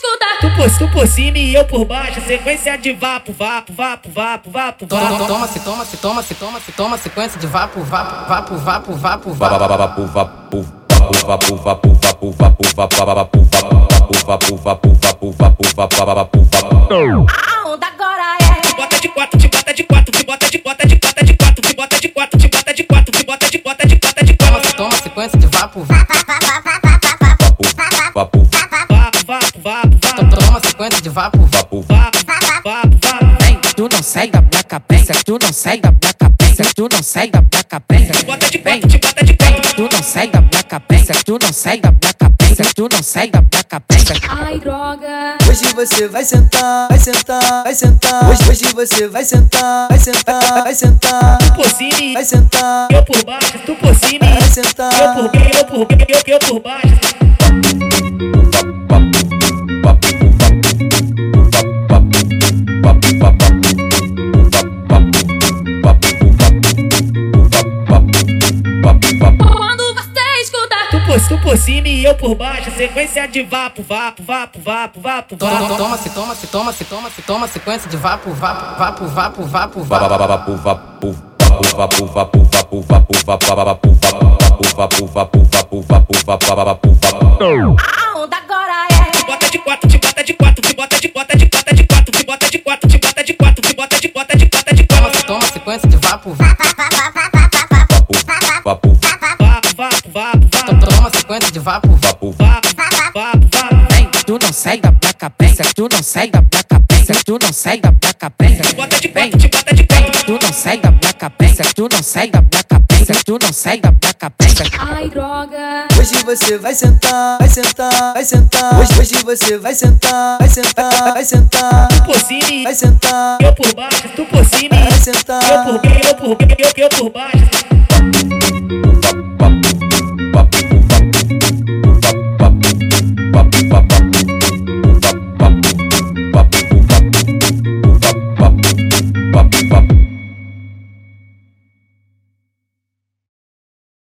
por, tu por cima e eu por baixo. Sequência de vapo, vapo, vapo, vapo, vapo, Toma, vapo. toma, se toma, se toma, se toma, se toma, sequência de vapo, vapo, vapo, vapo, vapo, Vapo, vapo. vapo, vapo, vapo, vapo, vapo, vapo, vapo, vapo, vapo, vapo, vapo, vapo, vapo, vapo, vapo, vapo. A onda agora é. Te bota de quatro, te bota de quatro, te bota de bota de bota de quatro, te bota de quatro, te bota de quatro, te bota de bota de bota de Toma, quatro. se toma, sequência de vapo, vapo. Vapo, Vapo, vapo, vapo, vapo, Toma, sequência de vapo, vapo. vapo, vapo. vapo, vapo, vapo. Vem, tu não sai da minha cabeça, tu não sai da minha cabeça, tu não sai da minha cabeça. Te bota de Vem, quatro, te bota de quatro. tu não sai da minha cabeça, tu não sai da minha cabeça, tu não sai da minha cabeça. Ai, droga. Hoje você vai sentar, vai sentar, vai sentar. Hoje, hoje você vai sentar, vai sentar, vai sentar. Tu por cima e Vai sentar, eu por baixo. Tu por cima e vai sentar. eu por eu por eu, eu por baixo. Quando você escuta. Tu por, tu por cima e eu por baixo. Sequência de vapo, vapo, vapo, vapo, vapo, Toma, vapo. toma, se toma, se toma, se toma, se toma, sequência de vapo, vapo, vapo, vapo, vapo, vapo. A onda agora é. Te bota de quatro, te bota de quatro, te bota de bota de bota de quatro, te bota de quatro, te bota de quatro, te bota de bota de bota de quatro. Toma, se toma, sequência de vapo, vapo. Vapo, vapo, vapo, vapo, Toma, sequência de vapo, vapo. vapo, vapo, vapo. Vem, tu não sai da minha cabeça, tu não sai da minha cabeça, tu não sai da minha cabeça. Te bota de Vem, quatro, te bota de quatro. tu não sai da minha cabeça, tu não sai da minha cabeça, tu não sai da minha cabeça. Ai, droga. Hoje você vai sentar, vai sentar, vai sentar. Hoje, hoje você vai sentar, vai sentar, vai sentar. Tu por cima e Vai sentar, eu por baixo. Tu por cima e vai sentar. eu por eu por eu, eu por baixo.